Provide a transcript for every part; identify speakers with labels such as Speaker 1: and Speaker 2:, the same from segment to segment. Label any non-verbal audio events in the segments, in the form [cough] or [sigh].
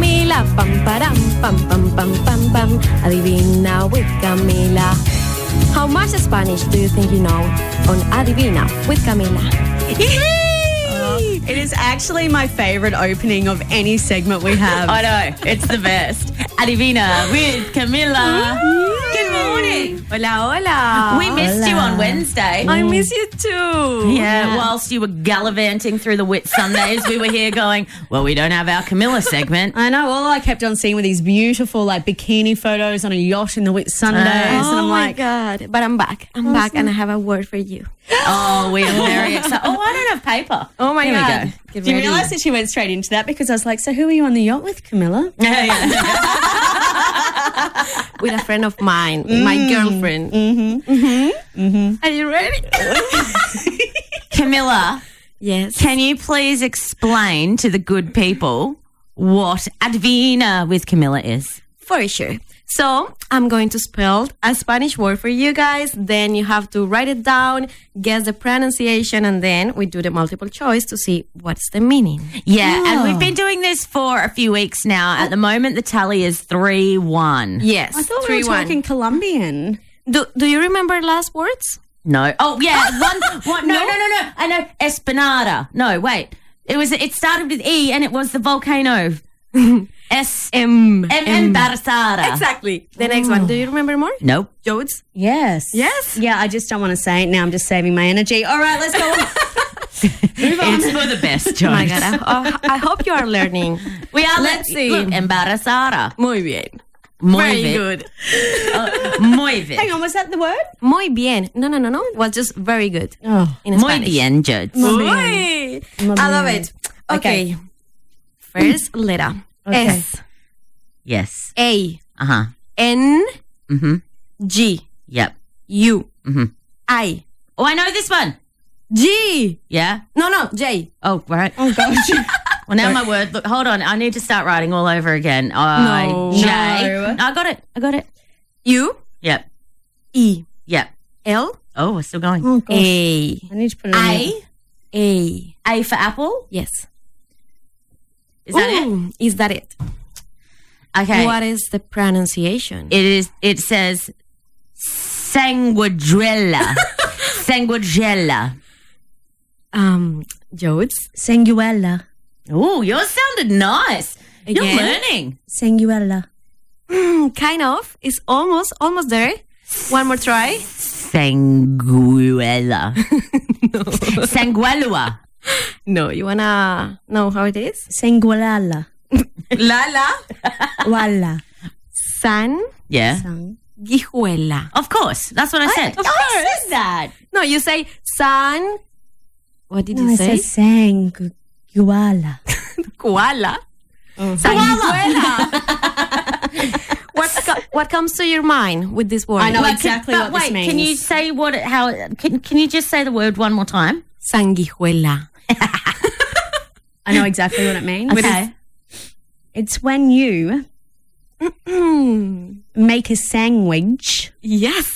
Speaker 1: pam param pam pam pam pam pam. Adivina with Camila. How much Spanish do you think you know on Adivina with Camila?
Speaker 2: Uh-huh. It is actually my favorite opening of any segment we [laughs] have.
Speaker 3: I know. It's the
Speaker 2: [laughs]
Speaker 3: best. Adivina with Camilla.
Speaker 2: Uh-huh.
Speaker 3: Good morning.
Speaker 2: Hola,
Speaker 1: Ah.
Speaker 2: hola.
Speaker 3: We missed you on Wednesday.
Speaker 2: I miss you too.
Speaker 3: yeah, whilst you were gallivanting through the wit Sundays, we were here going, well, we don't have our Camilla [laughs] segment.
Speaker 2: I know. All I kept on seeing were these beautiful, like bikini photos on a yacht in the Whit Sundays, and I'm like,
Speaker 1: Oh god! But I'm back. I'm back, and I have a word for you.
Speaker 3: Oh, we are very excited. Oh, I don't have paper.
Speaker 1: Oh my
Speaker 3: Here we
Speaker 1: god!
Speaker 3: go.
Speaker 1: Get
Speaker 2: Do you
Speaker 1: ready.
Speaker 2: realise that she went straight into that? Because I was like, so who are you on the yacht with, Camilla?
Speaker 3: [laughs] Yeah, yeah.
Speaker 1: With a friend of mine, my girlfriend. Mm. Mm-hmm. Mm-hmm. Are you ready?
Speaker 3: Camilla,
Speaker 1: [laughs] yes.
Speaker 3: can you please explain to the good people what Advina with Camilla is?
Speaker 1: For sure. So I'm going to spell a Spanish word for you guys. Then you have to write it down, guess the pronunciation, and then we do the multiple choice to see what's the meaning.
Speaker 3: Yeah, and we've been doing this for a few weeks now. At the moment, the tally is 3 1.
Speaker 1: Yes.
Speaker 2: I thought we
Speaker 1: three
Speaker 2: were
Speaker 1: one.
Speaker 2: talking Colombian.
Speaker 1: Do Do you remember last words?
Speaker 3: No. Oh yeah. One. one no. no. No. No. I know. Esplanada. No. Wait. It was. It started with E, and it was
Speaker 1: [laughs]
Speaker 3: the volcano. S M
Speaker 1: M.
Speaker 3: M Embarazada.
Speaker 1: Exactly. The next one. Do you remember more?
Speaker 3: Nope.
Speaker 1: Jodes.
Speaker 2: Yes.
Speaker 1: Yes.
Speaker 2: Yeah, I just don't want to say it now. I'm just saving my energy. All right, let's [laughs] go.
Speaker 3: It's for the best,
Speaker 1: [laughs]
Speaker 3: Joyce.
Speaker 1: Oh my god! I, oh, I hope you are learning.
Speaker 3: We are.
Speaker 1: Let's
Speaker 3: le-
Speaker 1: see.
Speaker 3: Look, embarazada.
Speaker 1: [laughs] Muy bien.
Speaker 3: Muy
Speaker 1: Very
Speaker 3: bien.
Speaker 1: good. [laughs]
Speaker 3: Uh, muy bien.
Speaker 2: Hang on, was that the word?
Speaker 1: Muy bien. No, no, no, no. Was just very good
Speaker 2: Oh.
Speaker 1: in
Speaker 3: Muy
Speaker 1: Spanish.
Speaker 3: bien, Jodes.
Speaker 1: Uy. I love it. Um, Okay. First letter.
Speaker 2: Okay.
Speaker 1: S
Speaker 3: Yes.
Speaker 1: A
Speaker 3: Uh huh.
Speaker 1: N
Speaker 3: Mhm.
Speaker 1: G
Speaker 3: Yep.
Speaker 1: U
Speaker 3: Mhm.
Speaker 1: I
Speaker 3: Oh, I know this one.
Speaker 1: G.
Speaker 3: Yeah.
Speaker 1: No, no, J.
Speaker 3: Oh, right.
Speaker 2: Oh [laughs] gosh.
Speaker 3: Well, now my word. Look, hold on. I need to start writing all over again. I
Speaker 1: No.
Speaker 3: J.
Speaker 2: No.
Speaker 3: I got it. I got it.
Speaker 1: U
Speaker 3: Yep.
Speaker 1: E
Speaker 3: Yep.
Speaker 1: L
Speaker 3: Oh, we're still going.
Speaker 2: oh gosh.
Speaker 1: A
Speaker 2: I need to put it. in there.
Speaker 3: A.
Speaker 1: A.
Speaker 3: A for apple.
Speaker 1: Yes.
Speaker 3: Is that it?
Speaker 1: Ooh, Is that it?
Speaker 3: Okay.
Speaker 1: What is the pronunciation?
Speaker 3: It is. It says
Speaker 2: [laughs]
Speaker 3: sanguadrella. sanguadrella.
Speaker 1: Um, Jodes.
Speaker 2: Sanguella.
Speaker 3: Oh, yours sounded nice. You're
Speaker 1: Again?
Speaker 3: learning.
Speaker 2: Sanguella.
Speaker 1: Mm, [laughs] kind of. It's almost, almost there. One more [laughs] try.
Speaker 2: [laughs]
Speaker 3: Sanguella. Sanguelua.
Speaker 1: [laughs] No, you wanna know how it is?
Speaker 2: Sanguella.
Speaker 1: Lala.
Speaker 2: Walla.
Speaker 1: San
Speaker 3: Yeah.
Speaker 1: Guijuela.
Speaker 3: Of course. That's what I said.
Speaker 2: I said that.
Speaker 1: No, you say San. What did
Speaker 2: I
Speaker 1: you
Speaker 2: said
Speaker 1: say?
Speaker 2: sanguella.
Speaker 1: Koala. San Guijuela. What's co- what comes to your mind with this word?
Speaker 2: I know
Speaker 3: Well,
Speaker 2: exactly
Speaker 3: can, but
Speaker 2: what this
Speaker 3: wait, Can you
Speaker 2: means.
Speaker 3: say what? it- How? it- Can Can you just say the word one more time?
Speaker 1: Sanguijuela.
Speaker 2: I know exactly what it means.
Speaker 3: Okay.
Speaker 2: It's when you
Speaker 1: Hmm.
Speaker 2: make a sandwich
Speaker 1: Yes.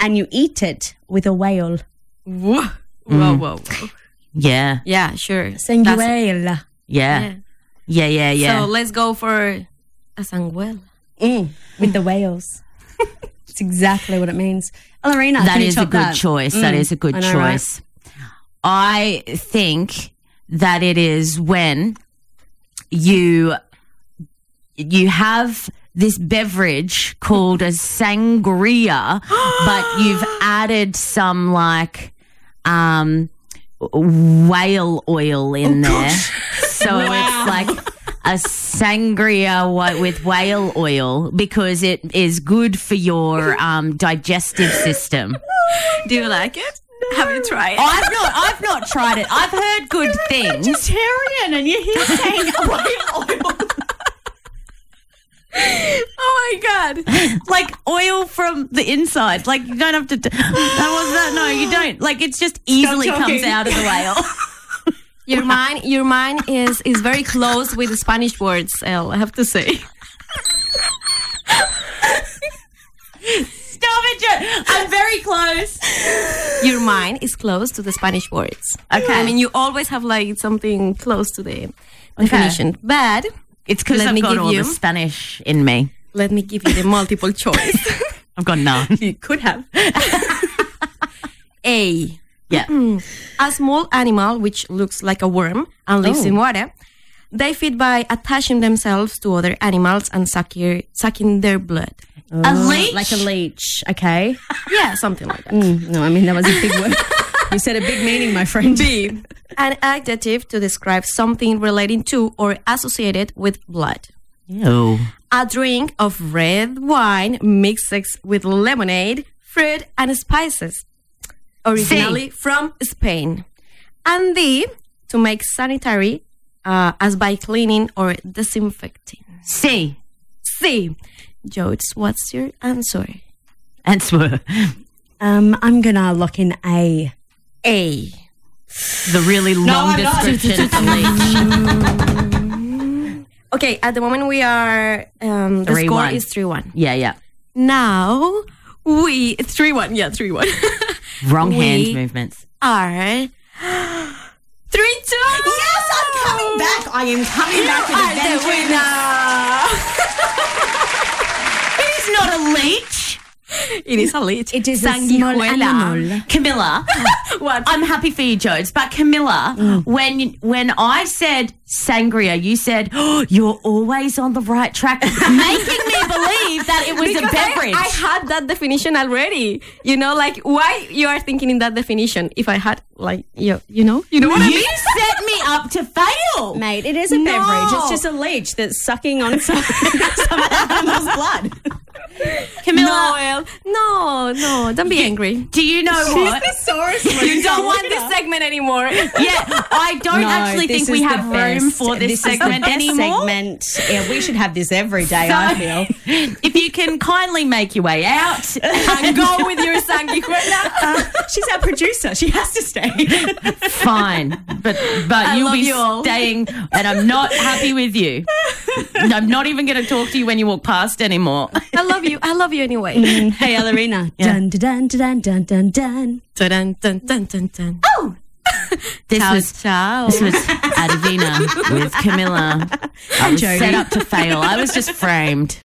Speaker 2: and you eat it with a whale.
Speaker 1: Whoa. Whoa, whoa, whoa.
Speaker 3: Yeah.
Speaker 1: Yeah, sure. That's it.
Speaker 2: Sanguella.
Speaker 3: Yeah. Yeah. Yeah. Yeah.
Speaker 1: So let's go for a sanguela.
Speaker 2: Mm. With the whales. It's exactly what it means. Ellerina,
Speaker 3: that
Speaker 2: can you
Speaker 3: is a
Speaker 2: top
Speaker 3: good
Speaker 2: that? Mm.
Speaker 3: choice. that is a good
Speaker 2: I know, right?
Speaker 3: choice. I think that it is when you you have this beverage called a sangria, but
Speaker 2: [gasps]
Speaker 3: you've added some like um whale oil in there. So it's like a sangria wi- with whale oil because it is good for your um, digestive system.
Speaker 1: Do you like it? Have you tried?
Speaker 3: I've not, I've not tried it. I've heard [laughs] good things.
Speaker 2: Vegetarian, and you're here saying [laughs]
Speaker 1: Oh my god!
Speaker 3: Like oil from the inside. Like you don't have to. T- that was that. No, you don't. Like it's just easily comes
Speaker 2: talking.
Speaker 3: out of the [laughs] whale.
Speaker 1: Your mind, your mind is is very close with the Spanish words. El, I have to say.
Speaker 3: Stop it, Jo- I'm very close.
Speaker 1: Your mind is close to the Spanish words.
Speaker 3: Okay.
Speaker 1: I mean, you always have like something close to the definition, but
Speaker 3: It's because
Speaker 1: Let
Speaker 3: I've
Speaker 1: me
Speaker 3: got
Speaker 1: give
Speaker 3: all
Speaker 1: you-
Speaker 3: the Spanish in me.
Speaker 1: Let me give you the multiple [laughs] choice.
Speaker 3: I've got none.
Speaker 1: you could have. A.
Speaker 3: [laughs] Yeah.
Speaker 1: A small animal which looks like a worm and lives in water. They feed by attaching themselves to other animals and sucking, sucking their blood.
Speaker 3: A leech?
Speaker 2: Like a leech. [laughs] Okay.
Speaker 1: Yeah, something like that.
Speaker 2: Hmm. No, I mean, that was a big word. you said a big meaning, my friend. [laughs]
Speaker 1: B. An adjective to describe something relating to or associated with blood.
Speaker 3: Ew.
Speaker 1: A drink of red wine mixed with lemonade, fruit, and spices. Originally from Spain. And D. To make sanitary, uh, as by cleaning or disinfecting.
Speaker 3: C.
Speaker 1: C. Jodes, what's your answer?
Speaker 3: Answer.
Speaker 2: Um, I'm going to lock in A.
Speaker 1: A.
Speaker 3: The really long
Speaker 2: I'm not.
Speaker 3: description of leech.
Speaker 1: Okay, at the moment we are, um, the
Speaker 3: Three,
Speaker 1: score
Speaker 3: one.
Speaker 1: is 3 1.
Speaker 3: Yeah, yeah.
Speaker 1: Now we, 3 1, yeah, 3 1.
Speaker 3: Wrong
Speaker 1: We-
Speaker 3: hand movements.
Speaker 1: [laughs] are [gasps] three two. Yes, I'm coming
Speaker 2: Back, I am coming back with a vengeance.
Speaker 3: It is not a leech.
Speaker 1: It is a leech.
Speaker 2: It is a small animal.
Speaker 3: Sanguijuela. Camilla.
Speaker 1: What?
Speaker 3: I'm happy for you, Jodes. But Camilla, when when I said sangria, you said oh, you're always on the right track, making me believe that it was a
Speaker 1: Because I-
Speaker 3: beverage.
Speaker 1: I, had that definition already. You know, like why you are thinking in that definition? If I had, like, you, you know, you know what I
Speaker 3: you
Speaker 1: mean. [laughs]
Speaker 3: set me up to fail.
Speaker 2: Mate, it is a beverage. It's just a leech that's sucking on some, [laughs] some animal's blood.
Speaker 3: Camilla,
Speaker 1: Noel, no, no, don't be angry.
Speaker 3: do you know what?
Speaker 1: [laughs] You don't want this segment [laughs] anymore.
Speaker 3: Yeah, I don't actually think we have room for this, segment anymore.
Speaker 2: Segment. Yeah, we should have this every day.
Speaker 3: So,
Speaker 2: I feel. [laughs]
Speaker 3: [laughs] if you can kindly make your way out and go with your sanguijuela,
Speaker 2: She's our producer. She has to stay.
Speaker 3: fine. But but you'll
Speaker 1: love
Speaker 3: be
Speaker 1: you all.
Speaker 3: staying, and I'm not happy with you. I'm not even going to talk to you when you walk past anymore.
Speaker 1: I love you. I love you anyway.
Speaker 2: hey, Ellerina. Dun dun dun dun dun dun.
Speaker 1: dun, dun, dun, dun, dun.
Speaker 3: This
Speaker 1: Oh. Ciao,
Speaker 3: was
Speaker 1: ciao.
Speaker 3: this was Advina with Camilla. I was set up to fail. I was just framed.